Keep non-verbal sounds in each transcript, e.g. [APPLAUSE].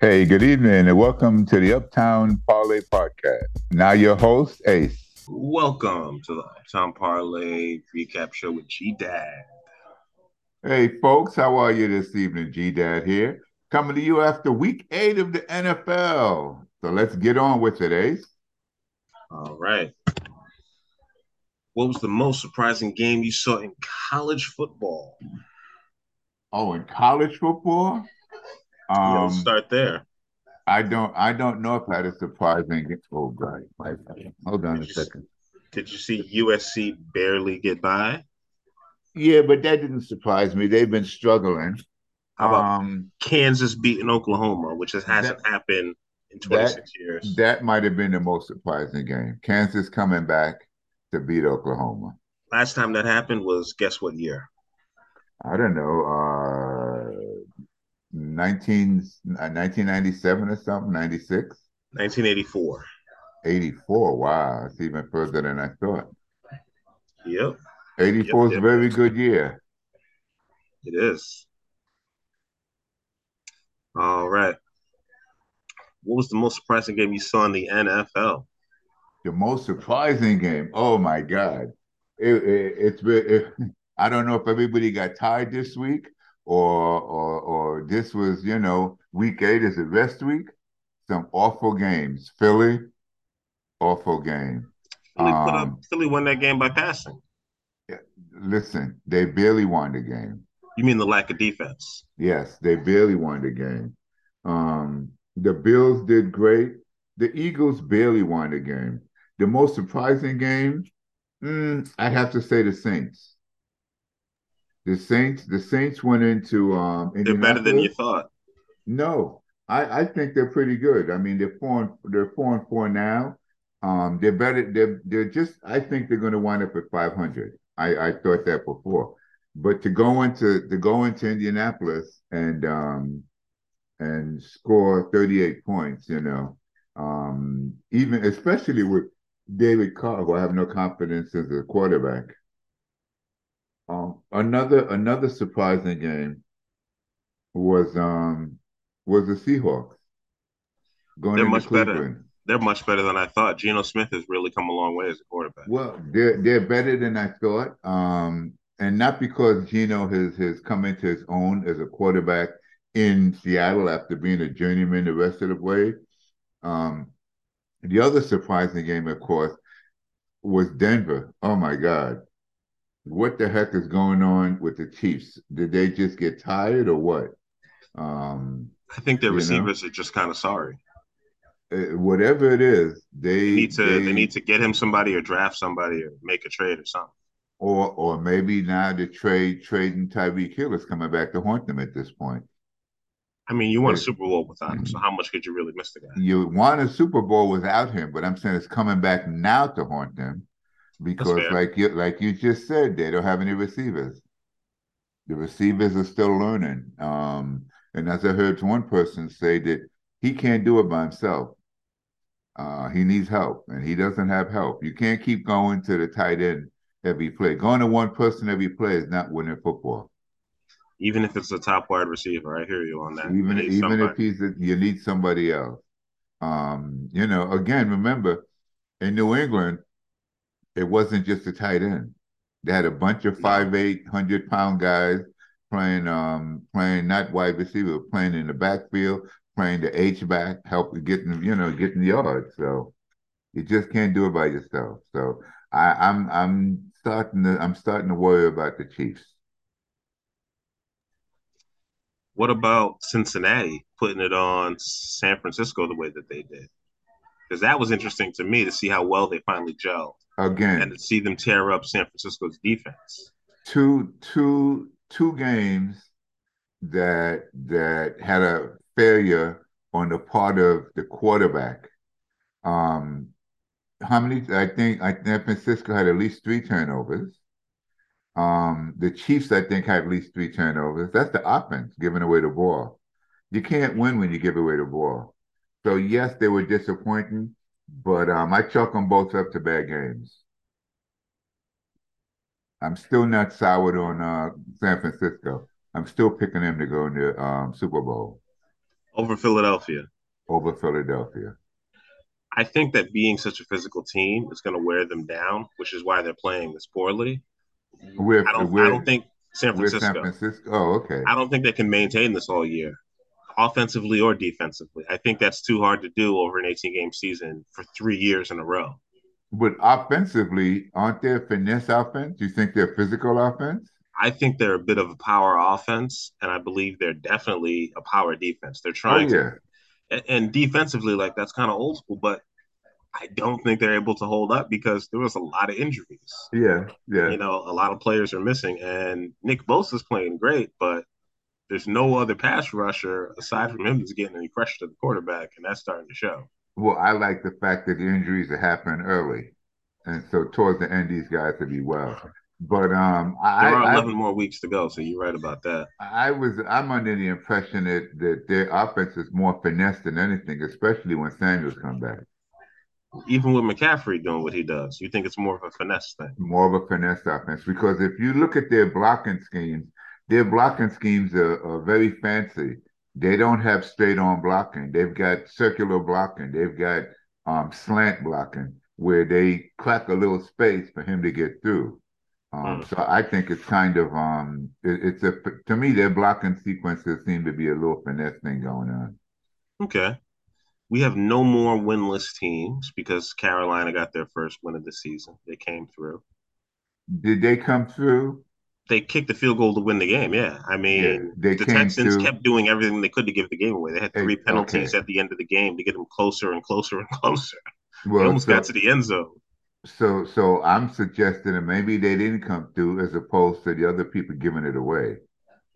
Hey, good evening, and welcome to the Uptown Parlay Podcast. Now, your host, Ace. Welcome to the Uptown Parlay recap show with G Dad. Hey, folks, how are you this evening? G Dad here, coming to you after week eight of the NFL. So let's get on with it, Ace. All right. What was the most surprising game you saw in college football? Oh, in college football? Yeah, Um, let's start there. I don't I don't know if that is surprising. Oh God. my bad. Hold on a second. Did you see USC barely get by? Yeah, but that didn't surprise me. They've been struggling. How about um Kansas beating Oklahoma, which has, hasn't happened in 26 years? that might have been the most surprising game. Kansas coming back to beat Oklahoma. Last time that happened was guess what year? I don't know, uh 19, uh, 1997 or something, 96, 1984. 84. Wow, it's even further than I thought. Yep, 84 is Yep, a yep. very good year. it is. All right. What was the most surprising game you saw in the NFL? The most surprising game. Oh my God. It, it, it's been, it, [LAUGHS] I don't know if everybody got tired this week or, or, or this was, you know, week eight is the rest week. Some awful games. Philly, awful game. Philly put Um, up. Philly won that game by passing. Listen, they barely won the game. You mean the lack of defense? Yes, they barely won the game. Um, the Bills did great. The Eagles barely won the game. The most surprising game, mm, I'd have to say the Saints. The Saints, the Saints went into um They're better than you Indianapolis. thought. No, I, I think they're pretty good. I mean, they're four and, they're four and four now. Um, they're better. They're they're just. I think they're going to wind up at five hundred. I I thought that before, but to go into to go into Indianapolis and um and score thirty eight points, you know, um, even especially with David Carr, who I have no confidence as a quarterback. Um, another another surprising game was um was the Seahawks going They're into much better. Cleveland. They're much better than I thought. Geno Smith has really come a long way as a quarterback. Well, they're they're better than I thought. Um, and not because Gino has has come into his own as a quarterback in Seattle after being a journeyman the rest of the way. Um, the other surprising game, of course, was Denver. Oh my God. What the heck is going on with the Chiefs? Did they just get tired or what? Um, I think their You know? receivers are just kind of sorry. eh, whatever it is, they They need to they need to get him somebody or draft somebody or make a trade or something. Or or maybe now the trade trading Tyreek Hill is coming back to haunt them at this point. I mean, you won a Yeah. Super Bowl without him, so how much could you really miss the guy? You won a Super Bowl without him, but I'm saying it's coming back now to haunt them because fair. like you like you just said, they don't have any receivers. The receivers are still learning. Um, and as I heard one person say that he can't do it by himself. Uh, he needs help, and he doesn't have help. You can't keep going to the tight end every play. Going to one person every play is not winning football. Even if it's a top wide receiver, I hear you on that. even They need even somebody. if he's a, you need somebody else. Um, you know, again, remember in New England, it wasn't just a tight end. They had a bunch of five eight hundred pound guys playing um playing not wide receiver, playing in the backfield, playing the H back, helping getting you know getting yards. So you just can't do it by yourself. So I, I'm I'm starting to I'm starting to worry about the Chiefs. What about Cincinnati putting it on San Francisco the way that they did? Because that was interesting to me to see how well they finally gelled Again, and to see them tear up San Francisco's defense. two two two games that that had a failure on the part of the quarterback. Um, how many? I think I think San Francisco had at least three turnovers. Um, the Chiefs, I think, had at least three turnovers. That's the offense giving away the ball. You can't win when you give away the ball. So yes, they were disappointing, but um, I chalk them both up to bad games. I'm still not soured on uh, San Francisco. I'm still picking them to go in the um, Super Bowl. over Philadelphia. over Philadelphia. I think that being such a physical team is going to wear them down, which is why they're playing this poorly. With, I don't. with, I don't think San with Francisco. San Francisco. Oh, okay. I don't think they can maintain this all year, offensively or defensively. I think that's too hard to do over an 18 game season for three years in a row. But offensively, aren't they a finesse offense? You think they're physical offense? I think they're a bit of a power offense, and I believe they're definitely a power defense. They're trying Oh, yeah. to, and- and defensively, like that's kind of old school, but I don't think they're able to hold up because there was a lot of injuries. Yeah. Yeah. You know, a lot of players are missing, and Nick Bosa's playing great, but there's no other pass rusher aside from him that's getting any pressure to the quarterback, and that's starting to show. Well, I like the fact that the injuries are happening early. And so towards the end, these guys will be well. But um, I, There are I, 11 more weeks to go, so you're right about that. I was I'm under the impression that, that their offense is more finesse than anything, especially when Samuels come back. Even with McCaffrey doing what he does, you think it's more of a finesse thing. More of a finesse offense because if you look at their blocking schemes, their blocking schemes are, are very fancy. They don't have straight on blocking. They've got circular blocking. They've got um, slant blocking where they crack a little space for him to get through. Um, Mm. So I think it's kind of um, it, it's a to me their blocking sequences seem to be a little finesse thing going on. Okay. We have no more winless teams because Carolina got their first win of the season. They came through. Did they come through? They kicked the field goal to win the game. Yeah. I mean, Yeah, they the came Texans through. kept doing everything they could to give the game away. They had Hey, three penalties okay. at the end of the game to get them closer and closer and [LAUGHS] closer. They Well, almost so, got to the end zone. so so I'm suggesting that maybe they didn't come through as opposed to the other people giving it away.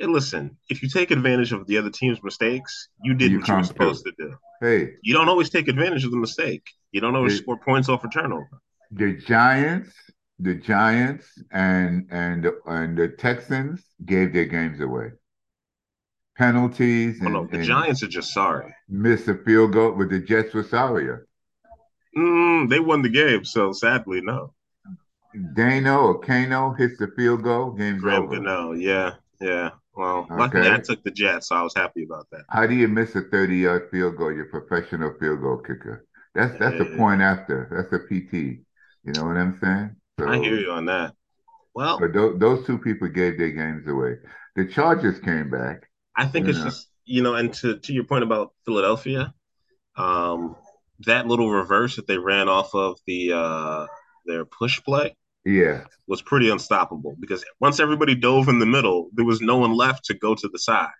And listen, if you take advantage of the other team's mistakes, you did You what you were come through. supposed to do. Hey, you don't always take advantage of the mistake. You don't always Yeah. score points off a turnover. the Giants, the Giants, and and and the Texans gave their games away. Penalties Oh, and, no, the and Giants are just sorry. missed a field goal, but the Jets were sorry. Mm, they won the game, so sadly, no. Dano or Kano hits the field goal, game's Graham over. Gano, yeah, yeah. Well, luckily Okay. I took the Jets, so I was happy about that. How do you miss a 30 yard field goal? You're a professional field goal kicker. That's that's Yeah. a point after. That's a PT. You know what I'm saying? So, I hear you on that. Well, so tho- those two people gave their games away. The Chargers came back. I think it's Yeah. just you know, and to to your point about Philadelphia, um, that little reverse that they ran off of the uh their push play Yeah. was pretty unstoppable because once everybody dove in the middle, there was no one left to go to the side.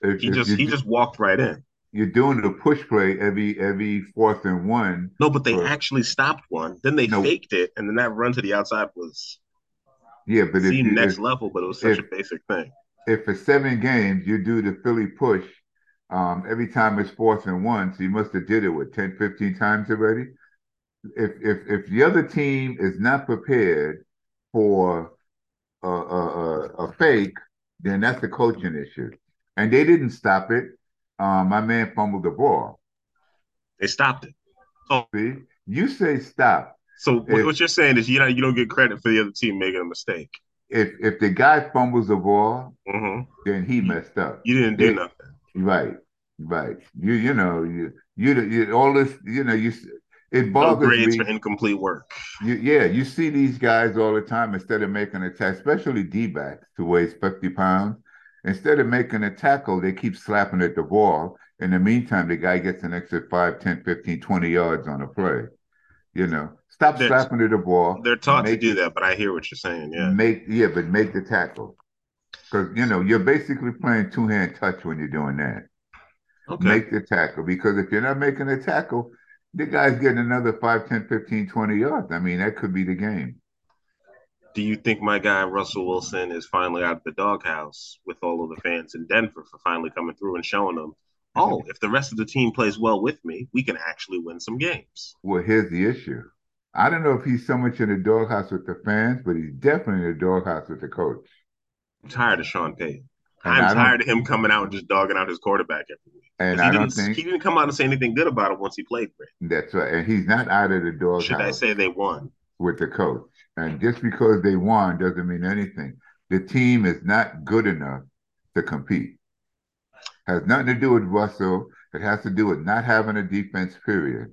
If- He if just you, he just walked right in. you're doing the push play every every fourth and one. No, but they Right. actually stopped one. Then they No. faked it, and then that run to the outside was Yeah, but if, seemed you, next if, level. But it was such if- a basic thing. if for seven games you do the Philly push um, every time it's fourth and one, so you must have did it with 10, 15 times already. If if if the other team is not prepared for a, a, a, a fake, then that's a coaching issue. And they didn't stop it. Um, my man fumbled the ball. They stopped it. See, you say stop. So what, If- what you're saying is you know you don't get credit for the other team making a mistake. If if the guy fumbles the ball, hmm then he messed up. You didn't do They- nothing. Right, right. You you know you you, you all this you know you s- it No bothers grades me. for incomplete work. You, yeah, you see these guys all the time instead of making a tackle, especially D backs who weighs fifty pounds. Instead of making a tackle, they keep slapping at the ball. In the meantime, the guy gets an extra 5, 10, 15, 20 yards on a play. You know, stop There's- slapping at the ball. They're taught Make to do it- that, but I hear what you're saying. Yeah. Make yeah, but make the tackle because you know you're basically playing two hand touch when you're doing that Okay. Mm-hmm. make the tackle because if you're not making a tackle, the guy's getting another 5, 10, 15, 20 yards. I mean, that could be the game. do you think my guy Russell Wilson is finally out of the doghouse with all of the fans in Denver for finally coming through and showing them, Mm-hmm. oh, if the rest of the team plays well with me, we can actually win some games? Well, here's the issue. I don't know if he's so much in the doghouse with the fans, but he's definitely in the doghouse with the coach. I'm tired of Sean Payton. And I'm I don't- tired of him coming out and just dogging out his quarterback every week. 'Cause And He I don't didn't, think he didn't come out and say anything good about it once he played great. that's right. And he's not out of the Should I doghouse say they won? with the coach. And just because they won doesn't mean anything. The team is not good enough to compete. Has nothing to do with Russell. It has to do with not having a defense. Period.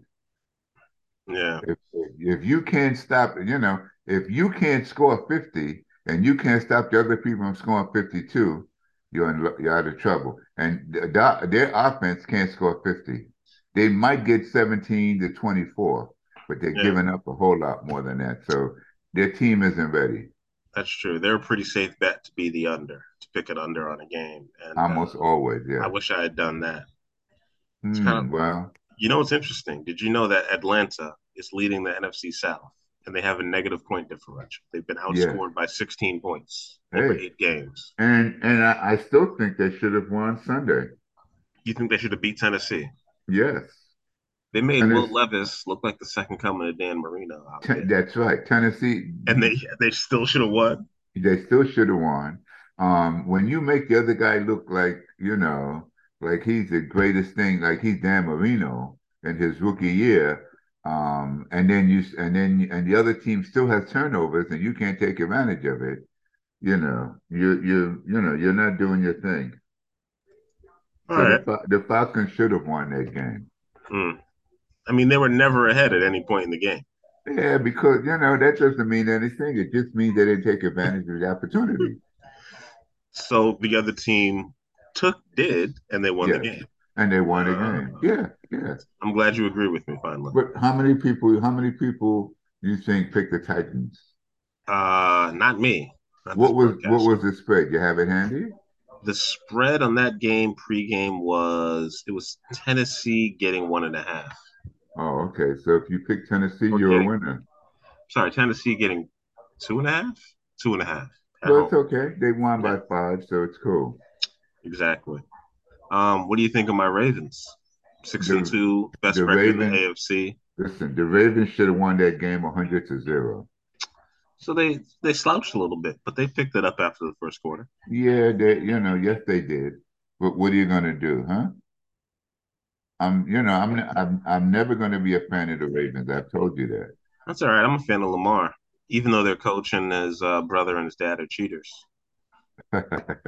Yeah. If, if you can't stop, you know, if you can't score fifty and you can't stop the other people from scoring fifty-two, you're in, you're out of trouble. And th- th- their offense can't score fifty. They might get seventeen to twenty-four, but they're Yeah. giving up a whole lot more than that. So their team isn't ready. That's true. They're a pretty safe bet to be the under, to pick it under on a game. And uh, Almost always, yeah. I wish I had done that. Hmm, kind of- well, You know what's interesting? Did you know that Atlanta is leading the NFC South and they have a negative point differential? They've been Yeah. outscored by 16 points over Hey. eight games. and and I, I still think they should have won Sunday. You think they should have beat Tennessee? Yes, They made And Will it's- Levis look like the second coming of Dan Marino out Ten- there. that's right. Tennessee, And they they still should have won. they still should have won. Um, when you make the other guy look like you know, like he's the greatest thing, like he's Dan Marino in his rookie year, um, and then you and then and the other team still has turnovers and you can't take advantage of it. You know, you you you know, you're not doing your thing. So All right. the, Fal- the Falcons should have won that game. Mm. I mean, they were never ahead at any point in the game. Yeah, because you know that doesn't mean anything. It just means they didn't take advantage of the opportunity. So the other team took, did, and they won the Yes. game. and they won Uh, again. Yeah, yeah. I'm glad you agree with me finally. But how many people? How many people do you think picked the Titans? Uh, not me. Not this What was what podcast. was the spread? You have it handy? the spread on that game pregame was it was Tennessee getting one and a half. Oh, okay. So if you pick Tennessee, We're you're a getting- winner. Sorry, Tennessee getting two and a half, two and a half. at Well, it's home. okay. They won by five, so it's cool. Exactly. Um, what do you think of my Ravens? Six and The- two, best the record in Ravens- the AFC. Listen, the Ravens should have won that game 100 to zero. So they they slouched a little bit, but they picked it up after the first quarter. Yeah, they, you know, yes, they did. But what are you going to do, huh? I'm, you know, I'm, I'm, I'm never going to be a fan of the Ravens. I've told you that. That's all right. I'm a fan of Lamar, even though their coach and his uh, brother and his dad are cheaters,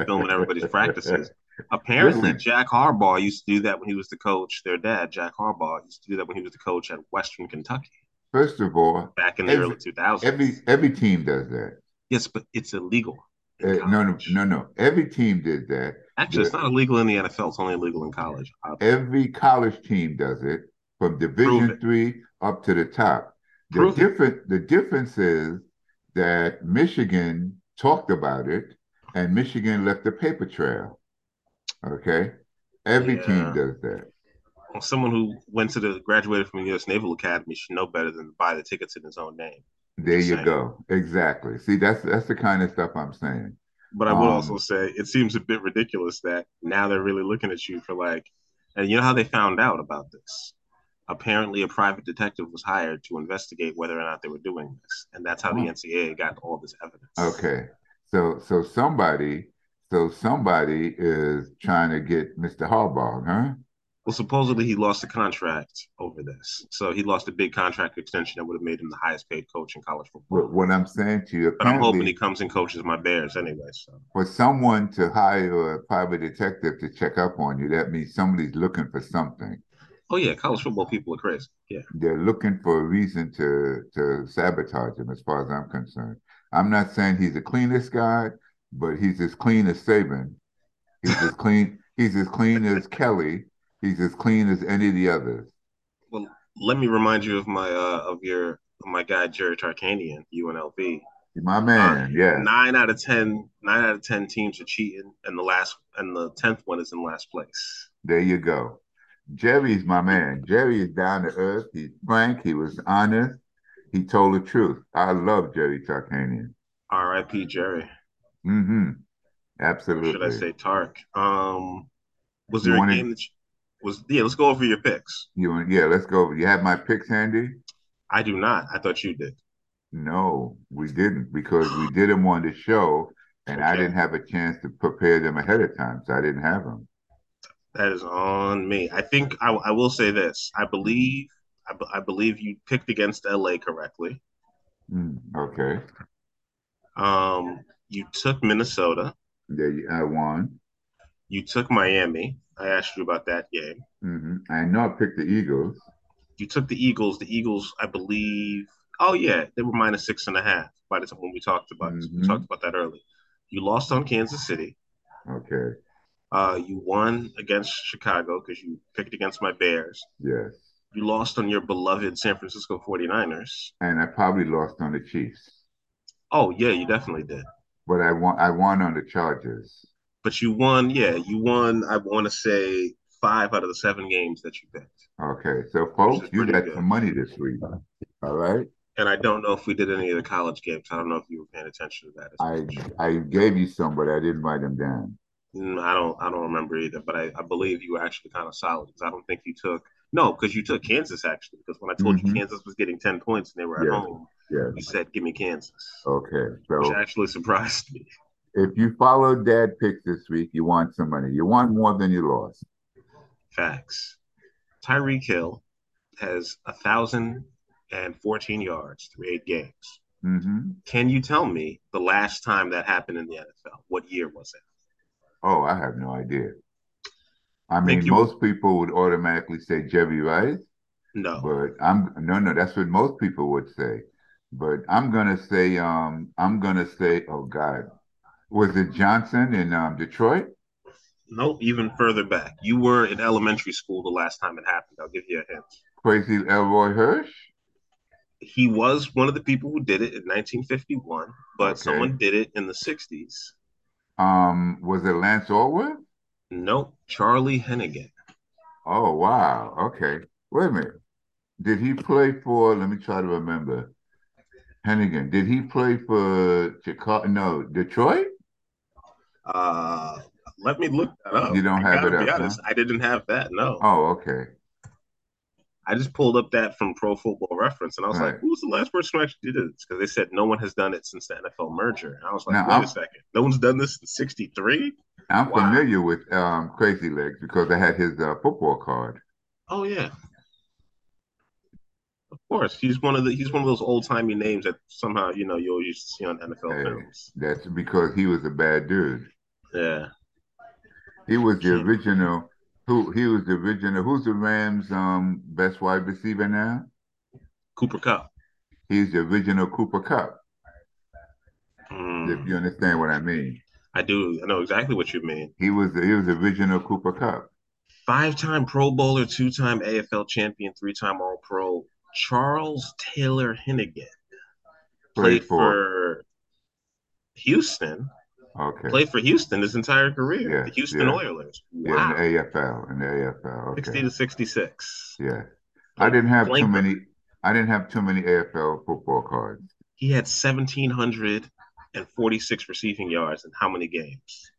filming everybody's practices. Apparently, Listen. Jack Harbaugh used to do that when he was the coach. Their dad, Jack Harbaugh, used to do that when he was the coach at Western Kentucky [LAUGHS] First of all, back in the Every- early 2000s. Every every team does that. yes, but it's illegal. in Uh, no, no, college. no, no. Every team did that. Actually, it's not illegal in the NFL. It's only illegal in college. Uh, obviously. Every college team does it, from Division it. Three up to the top. The Prove it. different the difference is that Michigan talked about it, and Michigan left a paper trail. Okay, every team Yeah. does that. Well, someone who went to the graduated from the U.S. Naval Academy should know better than to buy the tickets in his own name. There you Same. go. Exactly. See, that's that's the kind of stuff I'm saying. But I would Um, also say it seems a bit ridiculous that now they're really looking at you for like, and you know how they found out about this? Apparently, a private detective was hired to investigate whether or not they were doing this, and that's how the Hmm. NCAA got all this evidence. Okay. So so somebody so somebody is trying to get Mr. Harbaugh, huh? Well, supposedly he lost a contract over this, so he lost a big contract extension that would have made him the highest paid coach in college football. What, what I'm saying to you, But I'm hoping apparently, he comes and coaches my Bears anyway. So for someone to hire a private detective to check up on you, that means somebody's looking for something. Oh yeah, college football people are crazy. Yeah. They're looking for a reason to to sabotage him, as far as I'm concerned. I'm not saying he's the cleanest guy, but he's as clean as Saban. He's as clean. He's as clean [LAUGHS] as Kelly. He's as clean as any of the others. Let me remind you of my uh, of your my guy Jerry Tarkanian, UNLV. My man, yeah. Nine out of ten, nine out of ten teams are cheating, and the last and the tenth one is in last place. There you go. Jerry's my man. Jerry is down to earth. He's frank. He was honest. He told the truth. I love Jerry Tarkanian. R.I.P. Jerry. Mm-hmm. Or Absolutely. should I say Tark? Um, was there You a wanted- game that you, was? Yeah, let's go over your picks. You want- yeah, let's go over. You have my picks handy? I do not. I thought you did. No, we didn't because we did them on the show and I Okay. didn't have a chance to prepare them ahead of time. So I didn't have them. That is on me. I think I, I will say this. I believe I, be- I believe you picked against L.A. correctly. Mm, okay. Um, you took Minnesota. There you, uh, I won. You took Miami. I asked you about that game. hmm I know I picked the Eagles. You took the Eagles. The Eagles, I believe. Oh yeah, they were minus six and a half by the time when we talked about it. we Mhm. talked about that early. You lost on Kansas City. Okay. Uh, you won against Chicago because you picked against my Bears. Yes. You lost on your beloved San Francisco 49ers. And I probably lost on the Chiefs, Oh yeah, you definitely did. but I won. I won on the Chargers. But you won, yeah, you won. I want to say five out of the seven games that you picked. Okay. So, folks, you pretty got good. some money this week. All right. And I don't know if we did any of the college games. I don't know if you were paying attention to that. I I gave you some, but I didn't write them down. Mm, I don't I don't remember either, but I, I believe you were actually kind of solid because I don't think you took no because you took Kansas actually because when I told you Mhm. Kansas was getting ten points and they were at Yeah. Oh. home, Yes. you said give me Kansas, Okay. which So, actually [LAUGHS] surprised me. if you follow Dad picks this week, you want some money. You want more than you lost. Facts. Tyreek Hill has a thousand and fourteen yards through eight games. hmm Can you tell me the last time that happened in the NFL? What year was it? Oh, I have no idea. I Think mean, you- most people would automatically say Jerry Rice, No, but I'm no, no. That's what most people would say. But I'm gonna say, um, I'm gonna say, oh God, was it Johnson in um, Detroit? nope. Even further back, you were in elementary school the last time it happened. I'll give you a hint. Crazy Elroy Hirsch. he was one of the people who did it in 1951, but Okay. someone did it in the 60s. Um, was it Lance Allworth? Nope, Charlie Hennigan. Oh wow. Okay. Wait a minute. Did he play for? Let me try to remember. Hennigan. Did he play for Chicago? No, Detroit. Uh, let me look that up. You don't I have gotta it up. be huh? honest, I didn't have that. No, Oh, okay. I just pulled up that from Pro Football Reference, and I was Right. like, "Who's the last person who actually did this?" Because they said no one has done it since the NFL merger, and I was like, Now, "Wait I'm- a second, no one's done this in '63." I'm Wow. familiar with um, Crazy Legs because I had his uh, football card. Oh yeah. Of course, he's one of the he's one of those old timey names that somehow you know you always used to see on NFL Hey. films. That's because he was a bad dude. Yeah, He was the Yeah. original. Who he was the original? Who's the Rams' um, best wide receiver now? Cooper Cup. He's the original Cooper Cup. Mm, If you understand what I mean, I do. I know exactly what you mean. he was he was the original Cooper Cup. Five-time Pro Bowler, two-time AFL champion, three-time All-Pro Charles Taylor Hennigan played Played for- for Houston. Okay, Played for Houston his entire career. Yeah, the Houston yeah. Oilers. Wow. yeah, in the AFL, in the AFL. Sixty Okay, to sixty-six. yeah. I didn't have too Flanker. many. I didn't have too many AFL football cards. He had seventeen hundred and forty-six receiving yards in how many games?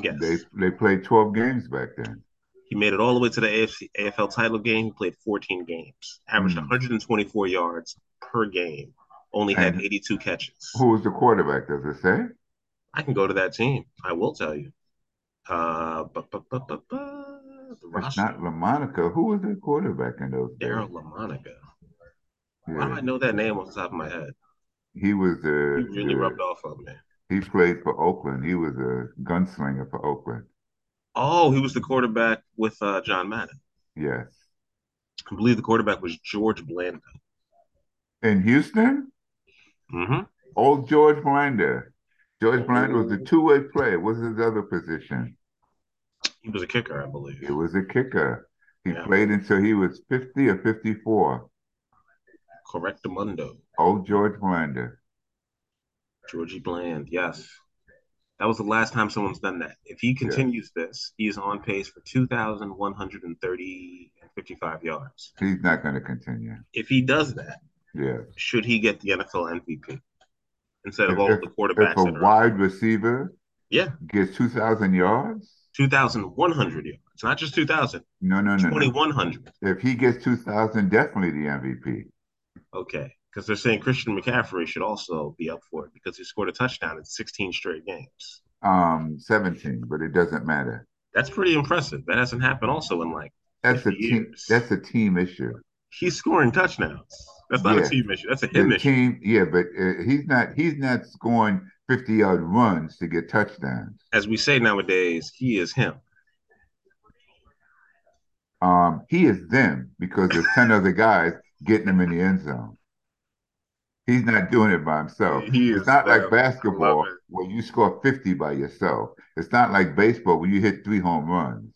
Yes. They they played twelve games back then. He made it all the way to the AFC, AFL title game. He played 14 games, averaged Hmm. 124 yards per game, only had And- 82 catches. Who was the quarterback? Does it say? I can go to that team. I will tell you. Uh, bu- bu- bu- bu- bu- the It's roster. not LaMonica. Who was the quarterback in those days? Daryl LaMonica. Why do I Yeah. know that name off the top of my head? He was He the, really the- rubbed off on me. he played for Oakland. He was a gunslinger for Oakland. Oh, he was the quarterback with uh, John Madden. Yes. I believe the quarterback was George Blanda. In Houston, Mm-hmm. hmm old George Blinder. George Blinder was a two-way player. What was his other position? He was a kicker, I believe. He was a kicker. He Yeah. played until he was 50 or 54. Correctamundo. Old George Blinder. Georgie Bland, yes. That was the last time someone's done that. If he continues this, he is on pace for 2,130 and 55 yards. He's not going to continue. If he does that, Yeah. should he get the NFL MVP instead of If- all of the quarterbacks If a that are wide receiver Yeah. gets 2,000 yards, 2,100 yards? Not just 2,000, no, no, no, no. 2,100. If he gets 2,000, definitely the MVP. Okay. Because they're saying Christian McCaffrey should also be up for it because he scored a touchdown in 16 straight games. Um, 17, but it doesn't matter. That's pretty impressive. That hasn't happened also in like That's a Fifty team. years. That's a team issue. he's scoring touchdowns. That's not Yeah. a team issue. That's a him The issue. team, yeah, but uh, he's not. He's not scoring 50 yard runs to get touchdowns. As we say nowadays, he is him. Um, he is them because there's 10 other guys getting him in the end zone. He's not doing it by himself. He it's is not like them. basketball Love it. where you score 50 by yourself. It's not like baseball where you hit three home runs.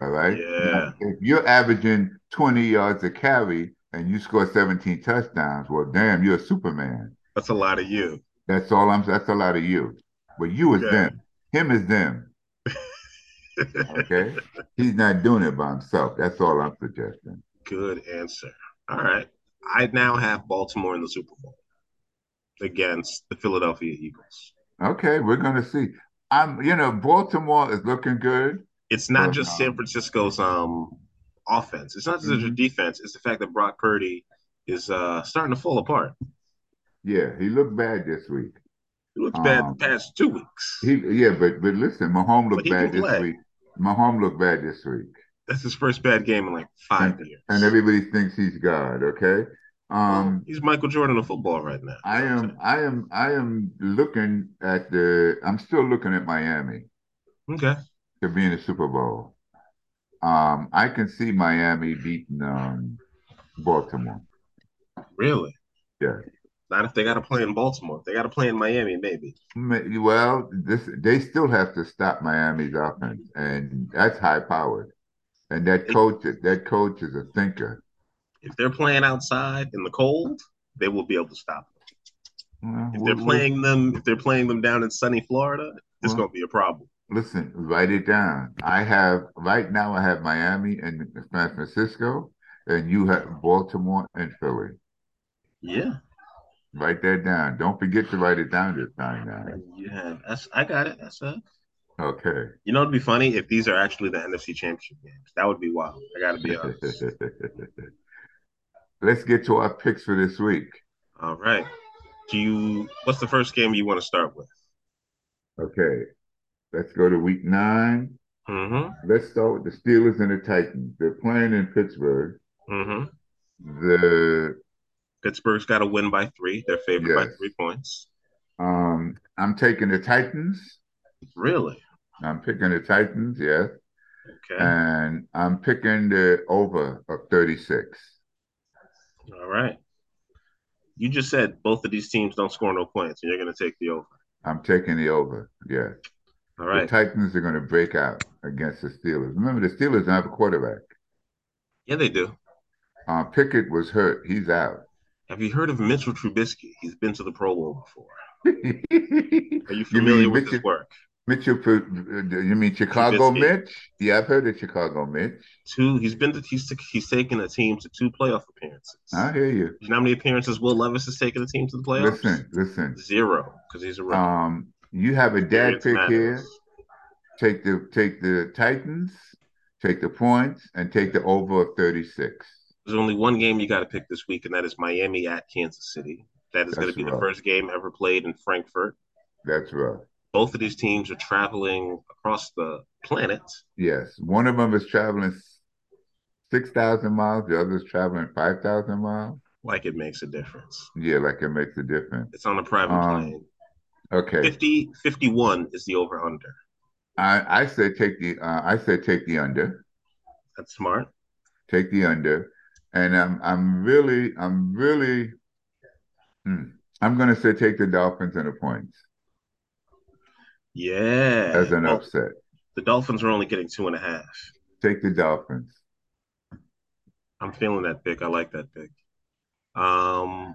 All right. Yeah. If you're averaging 20 yards a carry and you score 17 touchdowns, well, damn, you're a Superman. That's a lot of you. That's all I'm. That's a lot of you. But you is Okay. them. Him is them. [LAUGHS] Okay. He's not doing it by himself. That's all I'm suggesting. Good answer. All right. I now have Baltimore in the Super Bowl against the Philadelphia Eagles. Okay, we're gonna see. I'm. You know, Baltimore is looking good. It's not Oh, just no. San Francisco's um offense. It's not just their Mhm. defense. It's the fact that Brock Purdy is uh, starting to fall apart. Yeah, he looked bad this week. He looks bad Um, the past two weeks. He. Yeah, but but listen, Mahomes looked he bad can this play. week. Mahomes looked bad this week. That's his first bad game in like five years. and everybody thinks he's God. Okay. Um, he's Michael Jordan of football right now. I am, I am, I am looking at the. I'm still looking at Miami Okay. to be in the Super Bowl. Um, I can see Miami beating um, Baltimore. Really? Yeah. Not if they got to play in Baltimore. If they got to play in Miami, maybe. Ma- Well, this they still have to stop Miami's offense, and that's high powered. And that coach, that coach is a thinker. If they're playing outside in the cold, they will be able to stop them. Well, If they're we'll- playing them, if they're playing them down in sunny Florida, it's Well- going to be a problem. Listen, write it down. I have right now. I have Miami and San Francisco, and you have Baltimore and Philly. Yeah. Write that down. Don't forget to write it down this time now. You have. That's, I got it. That's it. Okay. You know, it'd be funny if these are actually the NFC Championship games. That would be wild. I got to be [LAUGHS] honest. [LAUGHS] Let's get to our picks for this week. All right. Do you? What's the first game you want to start with? Okay. Let's go to week nine. Mm-hmm. Let's start with the Steelers and the Titans. They're playing in Pittsburgh. Mm-hmm. The Pittsburgh's got to win by three. They're favored by Yes. three points. um, I'm taking the Titans. Really? I'm picking the Titans. Yes. Okay. and I'm picking the over of 36. All right. You just said both of these teams don't score no points, and you're going to take the over. I'm taking the over. Yeah. All right. The Titans are going to break out against the Steelers. Remember, the Steelers don't have a quarterback. yeah, they do. Uh, Pickett was hurt. He's out. [LAUGHS] Have you heard of Mitchell Trubisky? He's been to the Pro Bowl before. Are you mean familiar with Mitchell- his work? Mitchell, you mean Chicago Trubisky. Mitch? Yeah, I've heard of Chicago Mitch. Two. He's been to. He's he's taken a team to two playoff appearances. I hear you. You know how many appearances Will Levis has taken a team to the playoffs? Listen, listen. Zero, because he's a rookie. Um, you have a dad Experience pick here. matters. Take the take the Titans, take the points, and take the over of 36. There's only one game you got to pick this week, and that is Miami at Kansas City. That is going to That's be the right. first game ever played in Frankfurt. That's rough. Both of these teams are traveling across the planet. Yes. One of them is traveling 6,000 miles, the other is traveling 5,000 miles. Like it makes a difference. Yeah, like it makes a difference. It's on a private Um, plane. Okay. 50, 51 is the over under. I, I said take the uh, I said take the under. That's smart. Take the under. And I'm I'm really I'm really hmm. I'm gonna say take the Dolphins and the points Yeah. as an Well, upset. the Dolphins are only getting two and a half. Take the Dolphins. I'm feeling that pick. I like that pick. Um,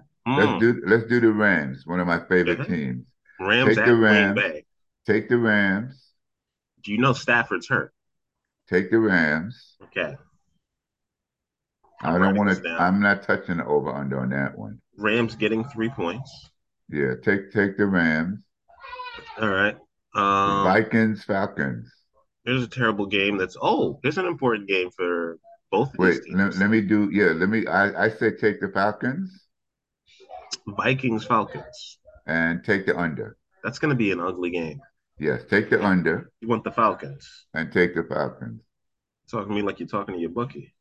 Let's hmm, Mm-hmm. do let's do the Rams, one of my favorite Yeah. teams. Rams take at the Green Rams. Bay. Take the Rams, Do you know Stafford's hurt? take the Rams. Okay. I'm I don't writing want this to. down. I'm not touching the over under on that one. Rams getting three points. Yeah, take take the Rams, All right. the Um, Vikings, Falcons. There's a terrible game that's oh, there's an important game for both of Wait, these let, teams. let me do. Yeah, let me. I I said take the Falcons Vikings Falcons. and take the under. That's gonna be an ugly game. Yes, take the under You want the Falcons? and take the Falcons. talking to me like you're talking to your bookie.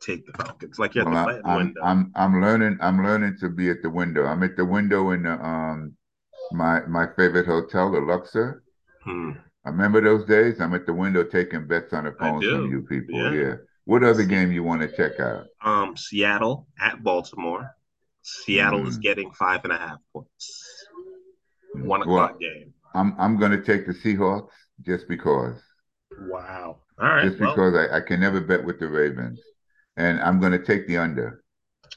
Take the Falcons, like you're Well, at the I, betting I'm window. I'm I'm learning. I'm learning to be at the window. I'm at the window in the um my my favorite hotel, the Luxor. Hmm. I remember those days. I'm at the window taking bets on the phone do. from you people. Yeah. Yeah. What other game you want to check out? Um, Seattle at Baltimore. Seattle Mm. is getting five and a half points. One Hmm. Well, o'clock game. I'm I'm going to take the Seahawks just because, Wow. All right. just Well, because I, I can never bet with the Ravens, and I'm going to take the under.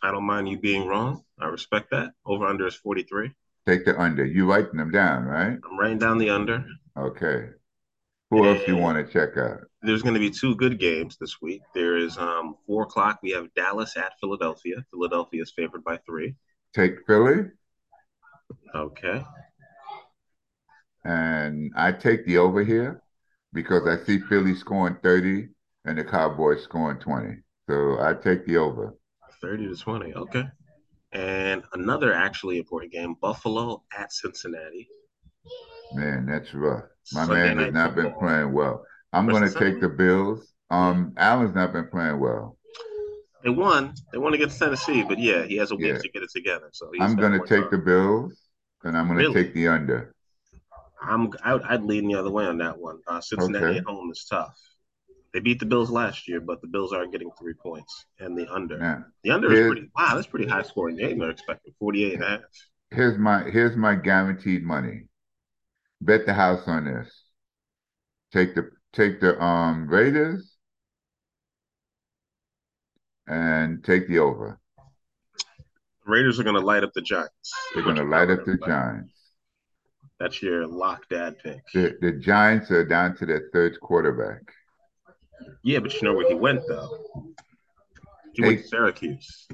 I don't mind you being wrong. I respect that. Over under is 43. Take the under. You writing them down, right? I'm writing down the under. Okay. Who else you And- want to check out? There's going to be two good games this week. There is um, four o'clock. We have Dallas at Philadelphia. Philadelphia is favored by three. Take Philly, Okay. and I take the over here because I see Philly scoring 30 and the Cowboys scoring 20. So I take the over. 30 to 20. Okay. And another actually important game Buffalo at Cincinnati. Man, that's rough. My Sunday man has night not been football. playing well. I'm What's going the to take the Bills. Um, Allen's not been playing well. They won. They won against Tennessee, but yeah, he has a week Yeah. to get it together. So he's I'm got going to more take time. the Bills, and I'm going to Really? take the under. I'm I'd, I'd lean the other way on that one. Uh, Cincinnati Okay. at home is tough. They beat the Bills last year, but the Bills are getting three points and the under. Now, The under Yeah. is pretty wow. That's pretty high scoring game. They're expecting 48 and a half. here's my here's my guaranteed money. Bet the house on this. Take the take the um Raiders and take the over. The Raiders are going to light up the Giants. They're going to Which light up the everybody- Giants. That's your lock dad pick. The, the Giants are down to their third quarterback. [LAUGHS] Yeah, but you know where he went though. He went Hey. to Syracuse.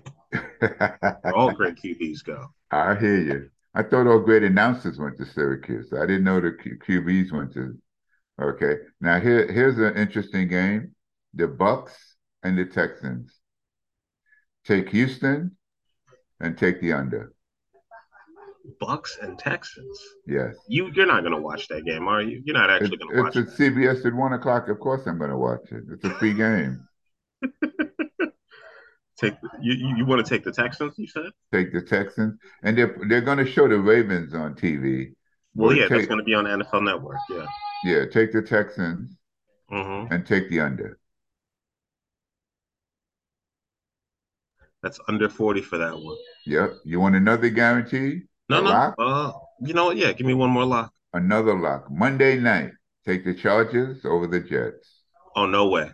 Where all great QBs go. I hear you. I thought all great announcers went to Syracuse. I didn't know the Q- QBs went to. Okay, now here here's an interesting game: the Bucks and the Texans. Take Houston, and take the under. Bucks and Texans. Yes, You you're not going to watch that game, are you? You're not It- actually going to watch it's it. at CBS at one o'clock. Of course, I'm going to watch it. It's a free game. Take you you, you want to take the Texans? You said. Take the Texans, and they're they're going to show the Ravens on TV. Well, yeah, take, that's going to be on NFL Network. Yeah. yeah, take the Texans hmm and take the under. That's under 40 for that one. Yep. You want another guarantee? No, no. Lock? Uh, you know what? Yeah, give me one more lock. another lock. Monday night, take the Chargers over the Jets. Oh, no way.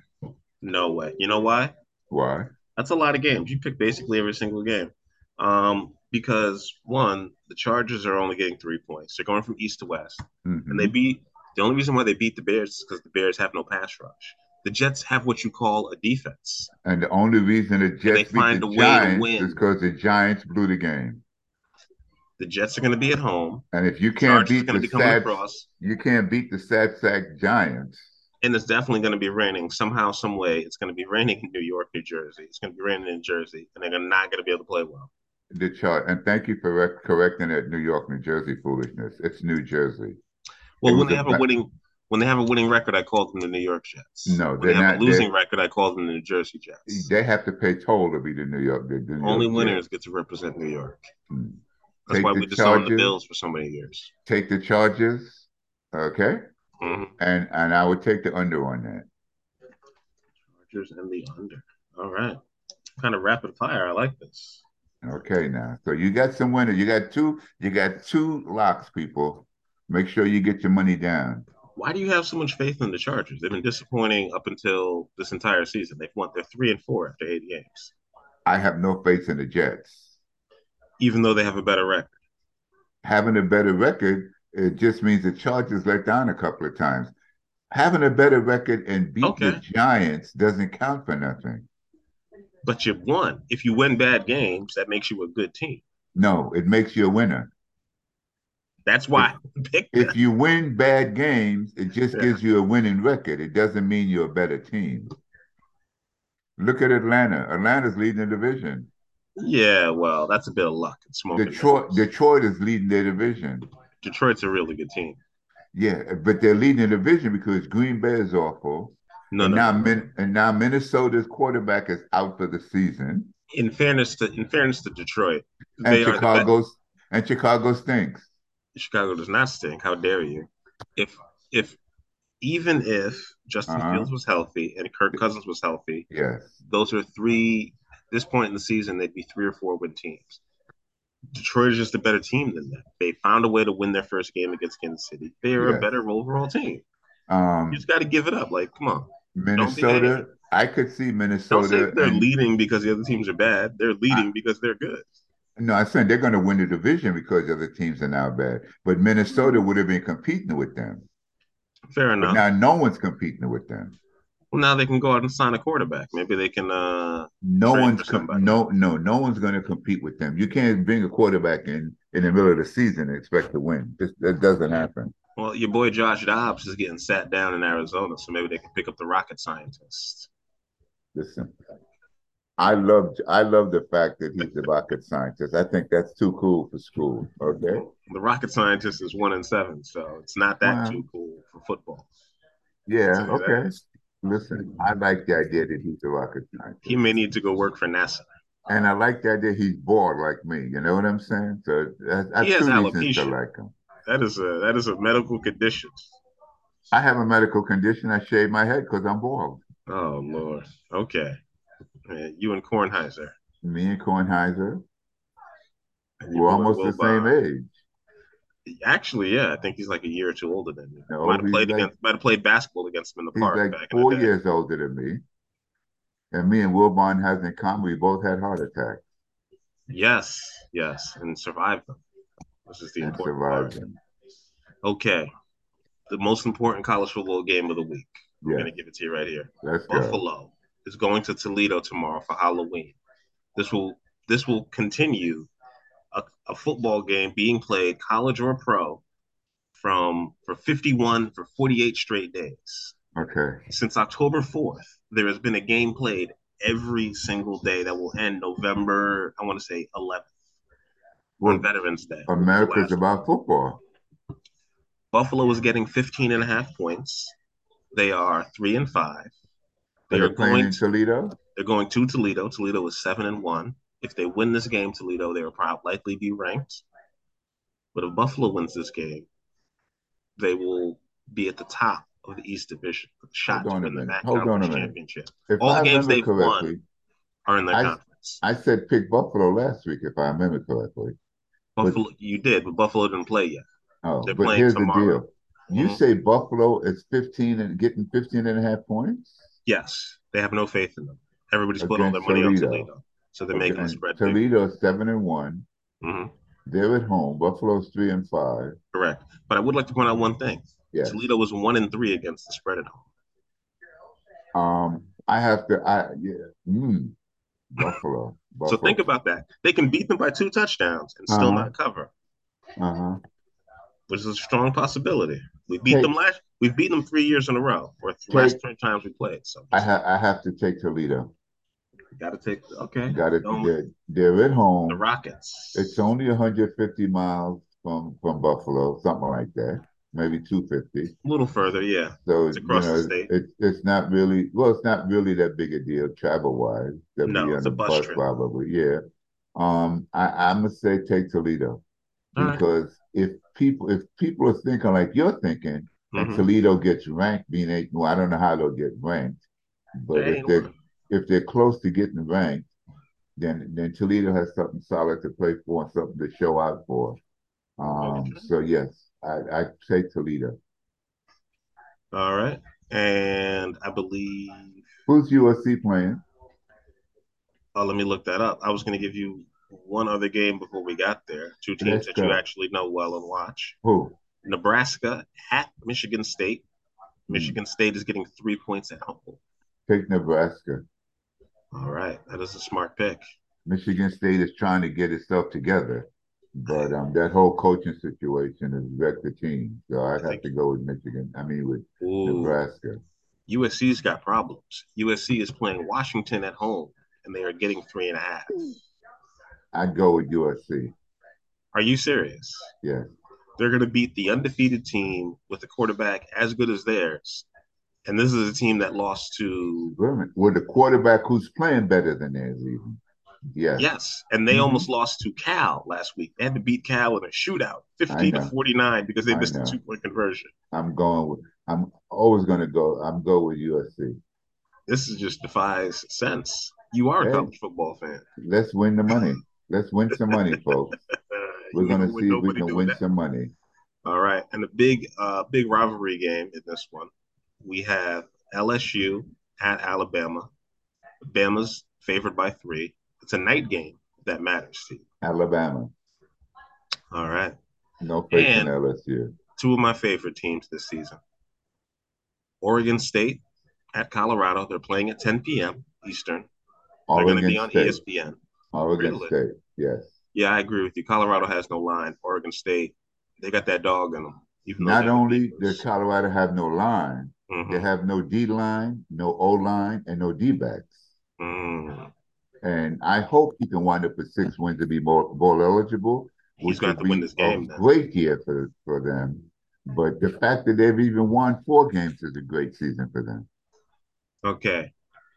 No way. You know why? Why? That's a lot of games. You pick basically every single game. Um, because one, the Chargers are only getting three points. They're going from east to west. Mhm. And they beat the only reason why they beat the Bears is because the Bears have no pass rush. The Jets have what you call a defense. And the only reason the Jets beat find the a way to Giants win. is because the Giants blew the game. The Jets are going to be at home. And if you can't Chargers are beat going the to be coming sad, across. you can't beat the sad sack Giants. and it's definitely going to be raining somehow, some way. It's going to be raining in New York, New Jersey. It's going to be raining in Jersey, and they're not going to be able to play well. The chart. And thank you for rec- correcting that New York, New Jersey foolishness. It's New Jersey. It Well, was when they a have ba- a winning, when they have a winning record, I call them the New York Jets. No, when they're they have not. a losing record, I call them the New Jersey Jets. They have to pay toll to be the New York. The, the New York Only Jets. winners get to represent New York. Mm. That's Take why the we disowned the Chargers. Bills for so many years. Take the Chargers, okay, hmm and and I would take the under on that. Chargers and the under. All right, kind of rapid fire. I like this. Okay, now. So you got some winners. You got two, you got two locks, people. Make sure you get your money down. Why do you have so much faith in the Chargers? They've been disappointing up until this entire season. They've won. They're three and four after eight games. I have no faith in the Jets. even though they have a better record. Having a better record, it just means the Chargers let down a couple of times. Having a better record and beat the Okay. Giants doesn't count for nothing. But you won. If you win bad games, that makes you a good team. No, it makes you a winner. That's why I [LAUGHS] picked them. If you win bad games, it just Yeah. gives you a winning record. It doesn't mean you're a better team. Look at Atlanta. Atlanta's leading the division. Yeah, well, that's a bit of luck. It's smoking. Detroit mirrors. Detroit is leading their division. Detroit's a really good team. Yeah, but they're leading the division because Green Bay is awful. No, and now no. Min- and now Minnesota's quarterback is out for the season. in fairness to in fairness to Detroit, And they are the Chicago's and Chicago stinks. best. Chicago does not stink. How dare you? If if even if Justin Uh-huh. Fields was healthy and Kirk Cousins was healthy, Yes. those are three. At this point in the season, they'd be three or four win teams. Detroit is just a better team than them. They found a way to win their first game against Kansas City. They're Yeah. a better overall team. Um, You just got to give it up. Like, come on. Minnesota. I could see Don't say Minnesota. they're and- leading because the other teams are bad. They're leading because they're good. no, I'm saying they're going to win the division because the other teams are now bad. But Minnesota would have been competing with them. Fair But enough. now no one's competing with them. well, now they can go out and sign a quarterback. Maybe they can. uh No Trade for one's com- somebody. no no no one's going to compete with them. You can't bring a quarterback in in the middle of the season and expect to win. This, that doesn't happen. Well, your boy Josh Dobbs is getting sat down in Arizona, so maybe they can pick up the rocket scientist. Listen, I love I love the fact that he's the rocket scientist. I think that's too cool for school. Okay. The rocket scientist is one and seven, so it's not that Wow. too cool for football. Yeah. So that- Okay. Listen, I like the idea that he's the rocket scientist. He may need to go work for NASA. And I like the idea he's bored like me. You know what I'm saying? So that's that's He has two reasons to alopecia. like him. That is a that is a medical condition. I have a medical condition. I shave my head because I'm bald. Oh Lord. Okay. Man, you and Kornheiser. Me and Kornheiser, And your we're boy almost the Wilbon. same age. Actually, yeah, I think he's like a year or two older than me. No, might have he's played like- against, might have played basketball against him in the He's park like back four in the day. years older than me. And me and Wilbon has in common, we both had heart attacks Yes, yes, and survived them. This is the and important survived part. them. Okay, the most important college football game of the week. I'm Yeah, gonna give it to you right here. let's go. Buffalo is going to Toledo tomorrow for Halloween. This will this will continue a, a football game being played, college or pro, from for 51 for 48 straight days. Okay. Since October 4th, there has been a game played every single day that will end November, I want to say 11th, Well, on Veterans Day. America's Last- about football. Buffalo is getting 15 and a half points. They are three and five. They They're are playing going in to, Toledo. they're going to Toledo. Toledo is seven and one. If they win this game, Toledo, they will probably likely be ranked. But if Buffalo wins this game, they will be at the top of the East Division. with a Shot Hold on to a win the minute. MAC Hold on a Conference minute. Championship If All the I games remember they've won. correctly, are in their I- conference. I said pick Buffalo last week, if I remember correctly. but- Buffalo, you did, but Buffalo didn't play yet. Oh, They're but playing here's tomorrow. the deal. You Mhm. say Buffalo is 15 and getting 15 and a half points? Yes, they have no faith in them. Everybody's put all their Against money on Toledo. Toledo, so they're making a Okay. spread. big. Toledo is seven and one. Mhm, They're at home. Buffalo's three and five. correct. But I would like to point out one thing. Yes. Toledo was one and three against the spread at home. Um, I have to. I yeah. Mm, Buffalo. Buffalo. [LAUGHS] So think about that. They can beat them by two touchdowns and still Uh-huh. not cover, Uh-huh. which is a strong possibility. We beat Hey. them last. We've beaten them three years in a row, or th- Hey. last three times we played. So I have. I have to take Toledo. got to take. Okay, Got it. Don't- They're, they're at the home. Rockets. It's only 150 miles from from Buffalo, something like that. Maybe 250. a little further. Yeah, So It's across you the know, state. It's it's not really well, it's not really that big a deal travel wise. No, it's a bus trip. probably, yeah. Um, I, I'm gonna say take Toledo All right. because if people if people are thinking like you're thinking, and Mhm. Toledo gets ranked, being eight, well, I don't know how they'll get ranked, but They if ain't they're winning. if they're close to getting ranked, then then Toledo has something solid to play for and something to show out for. Um, Okay. so yes, I I say Toledo. All right. And I believe, Who's USC playing? oh, let me look that up. I was going to give you one other game before we got there. Two teams Let's that you go. actually know well and watch Who? Hmm. Nebraska at Michigan State. Hmm. Michigan State is getting three points at home. Pick Nebraska. All right. That is a smart pick. Michigan State is trying to get itself together, but um, that whole coaching situation has wrecked the team. So I'd have to go with Michigan. I mean, with Ooh. Nebraska. USC's got problems. USC is playing Washington at home, and they are getting three and a half. I'd go with USC. Are you serious? Yes. They're going to beat the undefeated team with a quarterback as good as theirs. And this is a team that lost to, Vermin. With a quarterback who's playing better than theirs, even. Yes. yes, and they Mhm. almost lost to Cal last week. They had to beat Cal in a shootout, I 15 to know. 49, because they I missed the know. two point conversion. I'm going with I'm always gonna go. I'm go with USC. This is just defies sense. You are a college football fan. Uh, Let's win the money. Let's win some [LAUGHS] money, folks. We're You gonna know, see if we nobody can do win that. some money. All right, and a big, uh, big rivalry game in this one. We have LSU at Alabama. Bama's favored by three. It's a night game if that matters to you. Alabama, All right, no faith And- in LSU. two of my favorite teams this season. Oregon State at Colorado. They're playing at 10 p.m. Eastern. They're going to be Oregon on E State. ESPN. Oregon Really? State. Yes. Yeah, I agree with you. Colorado has no line. Oregon State, they got that dog in them. Even though Not they're the only does defense. Colorado have no line, they Mhm. have no D line, no O line, and no D backs. Mm. And I hope he can wind up with six wins to be bowl, bowl eligible. He's which going would to have to win be this game. A Then. great year for, for them. But the fact that they've even won four games is a great season for them. Okay.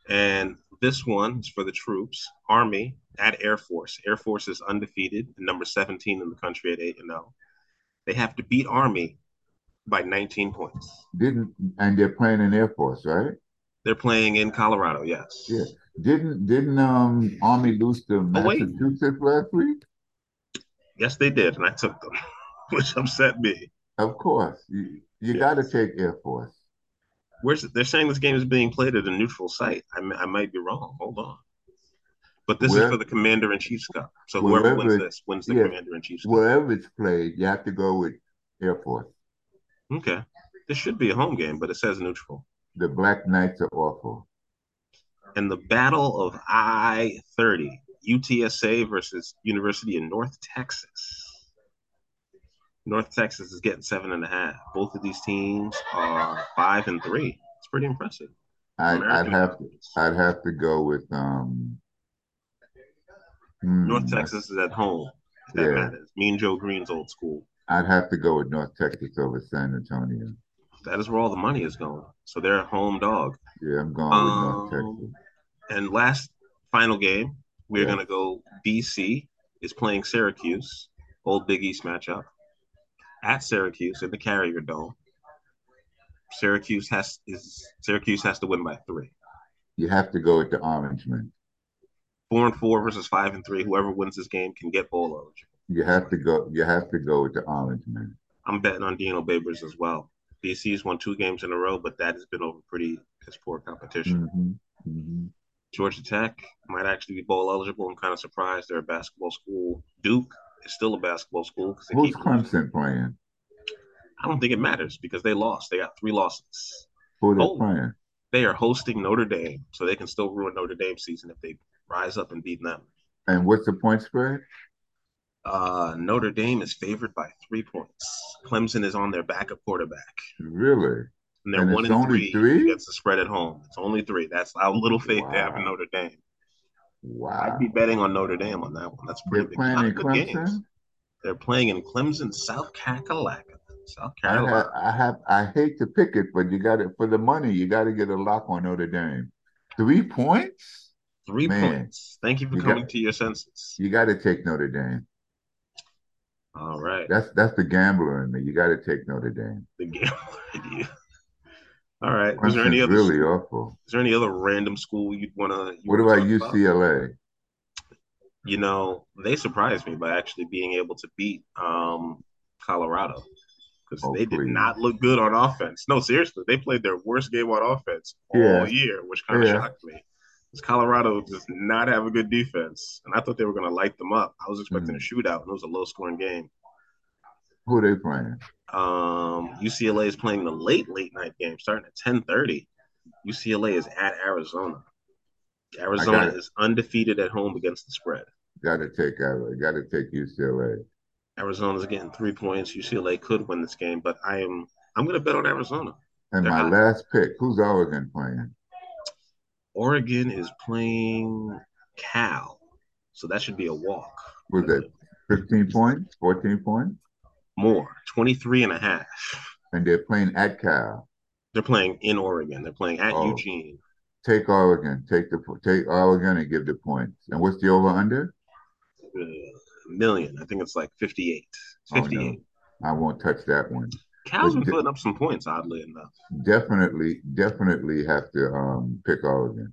And this one is for the troops. Army at Air Force. Air Force is undefeated, number 17 in the country at 8 and 0. They have to beat Army by 19 points. Didn't and they're playing in Air Force, right? They're playing in Colorado, yes. Yeah. Didn't didn't um Army lose to wait. Massachusetts last week? Yes, they did. And I took them, [LAUGHS] which upset me. Of course. You you Yes. gotta take Air Force. Where's they're saying this game is being played at a neutral site. I, m- I might be wrong. Hold on. But this Where- is for the Commander in Chief's Cup. So whoever Wherever wins it- this wins the yeah. Commander in Chief's Cup. Wherever it's played, you have to go with Air Force. Okay. This should be a home game, but it says neutral. The Black Knights are awful. and the Battle of I 30, UTSA versus University in North Texas. North Texas is getting seven and a half. Both of these teams are five and three. It's pretty impressive. I, I'd American have to conference. I'd have to go with um hmm, North Texas is at home. If that Yeah. matters. Mean Joe Green's old school. I'd have to go with North Texas over San Antonio. That is where all the money is going. So they're a home dog. Yeah, I'm going with North Um, Texas. and last final game, we're Yeah. gonna go BC is playing Syracuse, old Big East matchup at Syracuse in the Carrier Dome. Syracuse has is Syracuse has to win by three. You have to go with the Orange Man. Four and four versus five and three. Whoever wins this game can get bowl eligible. You have to go. You have to go with the Orange Man. I'm betting on Dino Babers as well. BC's won two games in a row, but that has been over pretty piss poor competition. Mhm, mhm. Georgia Tech might actually be bowl eligible. I'm kind of surprised they're a basketball school. Duke is still a basketball school because they Who's keep losing. Clemson playing? I don't think it matters because they lost. They got three losses. Who they Oh. playing? They are hosting Notre Dame, so they can still ruin Notre Dame season if they rise up and beat them. And what's the point spread? Uh, Notre Dame is favored by three points. Clemson is on their backup quarterback, Really? and they're And it's one and only three, three? against the spread at home. It's only three. That's how little faith they have in Wow. Notre Dame. Wow. I'd be betting on Notre Dame on that one. That's a They're pretty big. playing lot in of good Clemson. games. They're playing in Clemson, South Carolina. South I Carolina. have, I have, I hate to pick it, but you got it for the money. You got to get a lock on Notre Dame. Three points. Three Man. points. Thank you for You got- coming to your senses. You got to take Notre Dame. All right. That's that's the gambler in me. You got to take Notre Dame. the gambler in you. [LAUGHS] All right. Is there any Clemson's other really awful. is there any other random school you'd wanna you What about wanna talk UCLA? You know, they surprised me by actually being able to beat um Colorado. Because Oh, they did please. not look good on offense. No, seriously, they played their worst game on offense all Yeah. year, which kind of Yeah. shocked me. Because Colorado does not have a good defense, and I thought they were going to light them up. I was expecting Mm. a shootout, and it was a low-scoring game. Who they playing? Um, UCLA is playing the late late night game starting at ten thirty. UCLA is at Arizona. Arizona it. is undefeated at home against the spread. Got to take Iowa. Got to take UCLA. Arizona's getting three points. UCLA could win this game, but I am I'm gonna bet on Arizona. And They're my hot. last pick. Who's Oregon playing? Oregon is playing Cal, so that should be a walk. Was it 15 points? 14 points? More 23 and a half. And they're playing at Cal. They're playing in Oregon. They're playing at Oh. Eugene. Take Oregon. Take the take Oregon and give the points. And what's the over under? Uh, million. I think it's like 58. Oh, no. 58. I won't touch that one. Cal's been putting up some points, oddly enough. Definitely, definitely have to um, pick Oregon.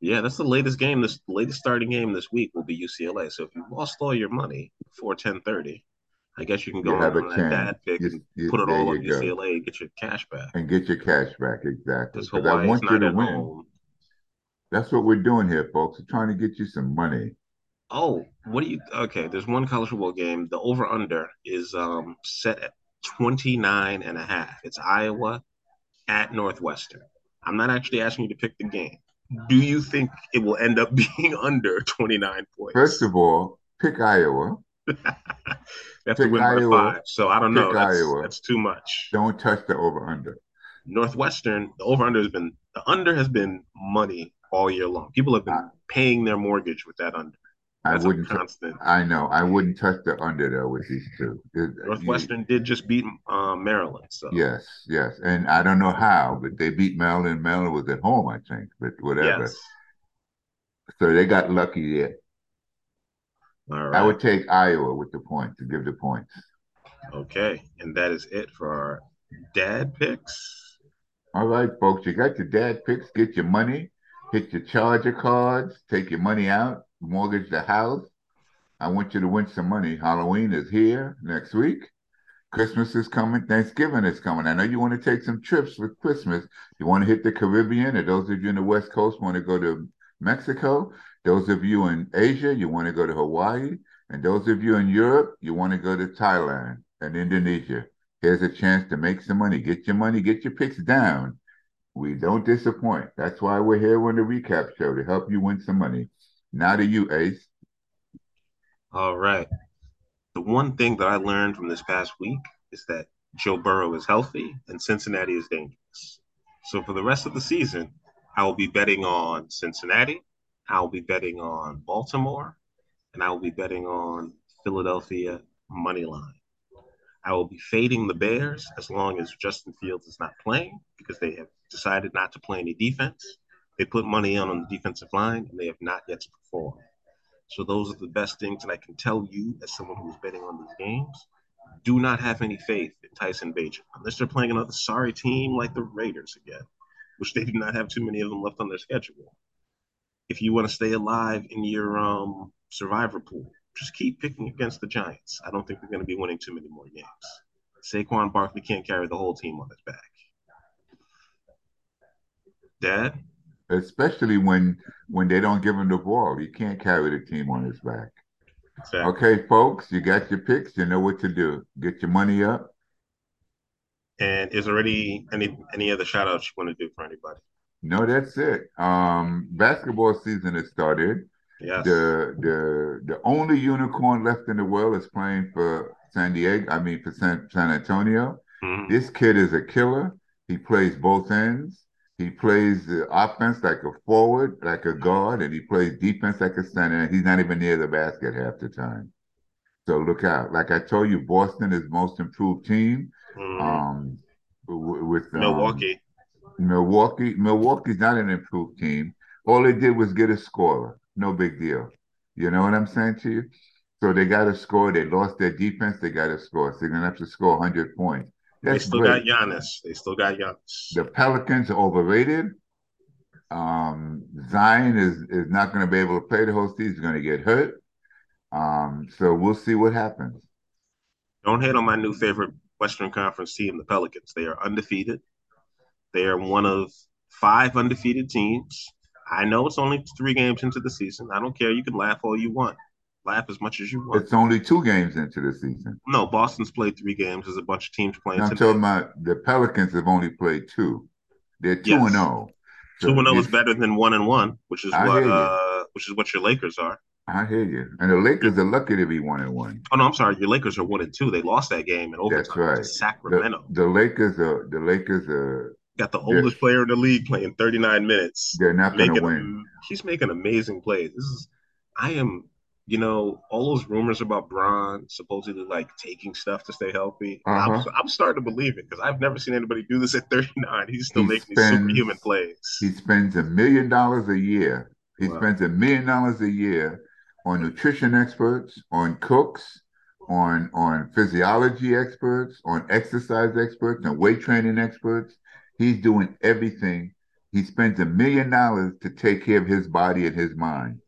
Yeah, that's the latest game. This the latest starting game this week will be UCLA. So if you lost all your money before ten thirty, I guess you can go You have on a that chance. bad pick You- and you- put it there all on you go. UCLA and get your cash back. And get your cash back, exactly. Because Because I Hawaii is want you not to at win. home. That's what we're doing here, folks. We're trying to get you some money. Oh, what do you? Okay, there's one college football game. The over under is um set at 29 and a half. It's Iowa at Northwestern. I'm not actually asking you to pick the game. Do you think it will end up [LAUGHS] being under 29 points? First of all, pick Iowa. They have to Pick win by Iowa. five. So I don't know. Pick That's, Iowa. that's too much. Don't touch the over under. Northwestern, the over under has been the under has been money all year long. People have been paying their mortgage with that under. I That's a wouldn't. constant. I know. I wouldn't touch the under though with these two. It- Northwestern did just beat uh, Maryland. So Yes, yes, and I don't know how, but they beat Maryland. Maryland was at home, I think, but whatever. yes. So they got lucky there. All I right. would take Iowa with the points to give the points. Okay. And that is it for our dad picks. All right, folks, you got your dad picks. Get your money, hit your charger cards, take your money out, mortgage the house. I want you to win some money. Halloween is here next week. Christmas is coming. Thanksgiving is coming. I know you want to take some trips with Christmas. You want to hit the Caribbean, or those of you in the West Coast want to go to Mexico. Those of you in Asia, you want to go to Hawaii. And those of you in Europe, you want to go to Thailand and Indonesia. Here's a chance to make some money. Get your money, get your picks down. We don't disappoint. That's why we're here on the recap show to help you win some money. Now to you, Ace. All right. The one thing that I learned from this past week is that Joe Burrow is healthy and Cincinnati is dangerous. So for the rest of the season, I will be betting on Cincinnati, I will be betting on Baltimore, and I will be betting on Philadelphia money line. I will be fading the Bears as long as Justin Fields is not playing because they have decided not to play any defense. They put money in on the defensive line and they have not yet performed. So those are the best things that I can tell you as someone who's betting on these games. Do not have any faith in Tyson Bajan unless they're playing another sorry team like the Raiders again, which they do not have too many of them left on their schedule. If you want to stay alive in your um, survivor pool, just keep picking against the Giants. I don't think they're going to be winning too many more games. Saquon Barkley can't carry the whole team on his back. Dad, especially when when they don't give him the ball. He can't carry the team on his back. exactly. Okay, folks, you got your picks. You know what to do. Get your money up. and is there any any any other shout outs you want to do for anybody? No, that's it. Um, basketball season has started. Yes. The the the only unicorn left in the world is playing for San Diego. I mean for San San Antonio. Mhm. This kid is a killer. He plays both ends. He plays the offense like a forward, like a guard, and he plays defense like a center. And he's not even near the basket half the time. So look out. Like I told you, Boston is most improved team. Mhm. Um, w- with um, Milwaukee. Milwaukee. Milwaukee's not an improved team. All they did was get a scorer. No big deal. You know what I'm saying to you? So they got to score. They lost their defense. They got to score. So they're gonna have to score 100 points. They That's still great. got Giannis. They still got Giannis. The Pelicans are overrated. Um, Zion is is not going to be able to play the whole season. He's going to get hurt. Um, so we'll see what happens. Don't hate on my new favorite Western Conference team, the Pelicans. They are undefeated. They are one of five undefeated teams. I know it's only three games into the season. I don't care. You can laugh all you want. Laugh as much as you want. It's only two games into the season. No, Boston's played three games. There's a bunch of teams playing. I'm today. talking about the Pelicans have only played two. They're two Yes. and zero. So Two and zero is you- better than one and one, which is I what hear you. uh, which is what your Lakers are. I hear you. And the Lakers are lucky to be one and one. Oh no, I'm sorry. Your Lakers are one and two. They lost that game in overtime That's right. to The- Sacramento. The, the Lakers are the Lakers are Got the oldest player in the league playing 39 minutes. they're not going to making win. he's making amazing plays. This is I am, you know, all those rumors about Braun supposedly like taking stuff to stay healthy. Uh-huh. I'm, I'm starting to believe it because I've never seen anybody do this at 39. He's still He making these spends- superhuman plays. He spends a million dollars a year. He Wow. spends a million dollars a year on nutrition experts, on cooks, on on physiology experts, on exercise experts, and weight training experts. He's doing everything. He spends a million dollars to take care of his body and his mind.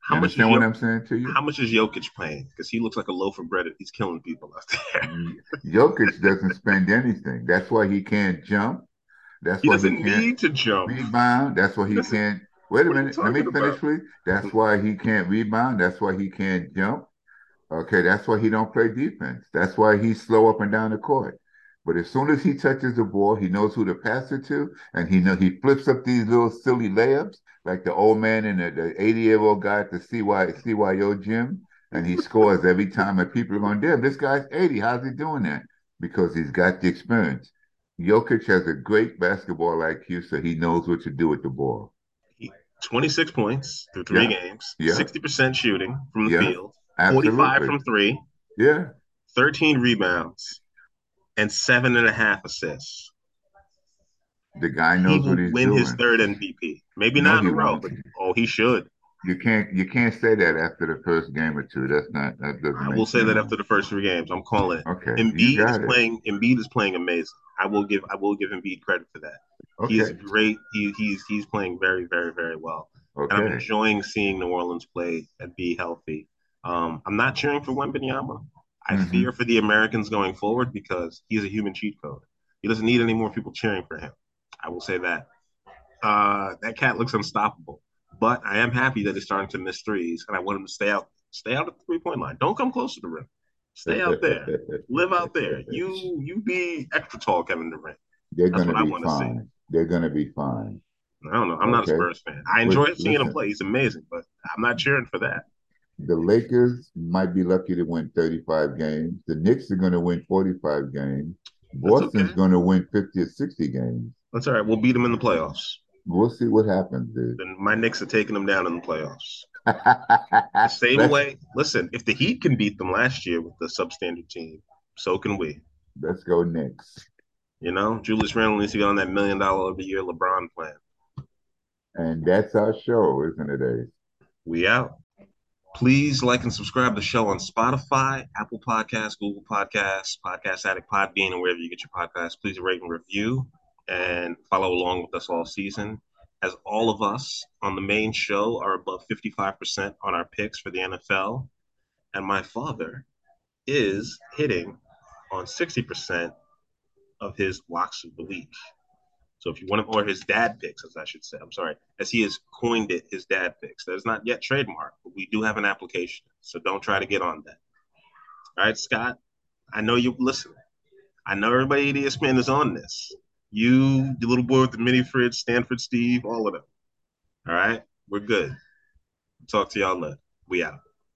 How you much? Is understand what Jok- I'm saying to you? how much is Jokic playing? Because he looks like a loaf of bread and he's killing people out there. [LAUGHS] Jokic doesn't spend anything. That's why he can't jump. That's He why he doesn't can't need to jump. rebound. That's why he Listen, can't. Wait a what are you minute. Let me talking finish, about? please. That's why he can't rebound. That's why he can't jump. Okay, that's why he don't play defense. That's why he's slow up and down the court. But as soon as he touches the ball, he knows who to pass it to, and he know he flips up these little silly layups like the old man and the eighty year old guy at the CY, CYO gym, and he scores every time. And people are going, "Damn, this guy's eighty. How's he doing that?" Because he's got the experience. Jokic has a great basketball IQ, so he knows what to do with the ball. 26 points through three games, Yeah. 60% shooting from the Yeah. field, 45 Absolutely. from three, yeah. 13 rebounds, and seven and a half assists. The guy He knows will what he's win doing. his third MVP. Maybe No, not in he a row, won't. but oh, he should. You can't you can't say that after the first game or two. That's not that doesn't I make will say that sense. after the first three games, I'm calling it. Okay. you Embiid is got it. playing. Embiid is playing amazing. I will give. I will give Embiid credit for that. He is Okay. great. He, he's he's playing very very very well. and I'm Okay. enjoying seeing New Orleans play and be healthy. Um, I'm not cheering for Wembenyama. I Mhm. fear for the Americans going forward because he's a human cheat code. He doesn't need any more people cheering for him. I will say that. Uh, that cat looks unstoppable. But I am happy that he's starting to miss threes, and I want him to stay out. Stay out of the three point line. Don't come close to the rim. Stay [LAUGHS] out there. Live out there. You you be extra tall, Kevin Durant. They're That's gonna what I be wanna see. fine. They're gonna be fine. I don't know. I'm not a Okay. Spurs fan. I enjoy Listen- seeing him listen. play. He's amazing, but I'm not cheering for that. The Lakers might be lucky to win 35 games. The Knicks are gonna win 45 games. Boston's okay. gonna win 50 or 60 games. That's all right. We'll beat them in the playoffs. We'll see what happens, dude. [LAUGHS] Then my Knicks are taking them down in the playoffs. The same That's- way. Listen, if the Heat can beat them last year with the substandard team, so can we. Let's go Knicks. You know, Julius Randle needs to get on that million dollar every year LeBron plan. And that's our show, isn't it, Ace? We out. Please like and subscribe to the show on Spotify, Apple Podcasts, Google Podcasts, Podcast Addict, Podbean, and wherever you get your podcasts. Please rate and review and follow along with us all season. As all of us on the main show are above 55% on our picks for the NFL, and my father is hitting on 60% of his locks of the week. So if you want to, or his dad picks, as I should say, I'm sorry, as he has coined it, his dad picks. That is not yet trademarked, but we do have an application. So don't try to get on that. All right, Scott, I know you're listening. I know everybody at E ESPN is on this. You, the little boy with the mini fridge, Stanford Steve, all of them. All right, we're good. Talk to y'all later. We out.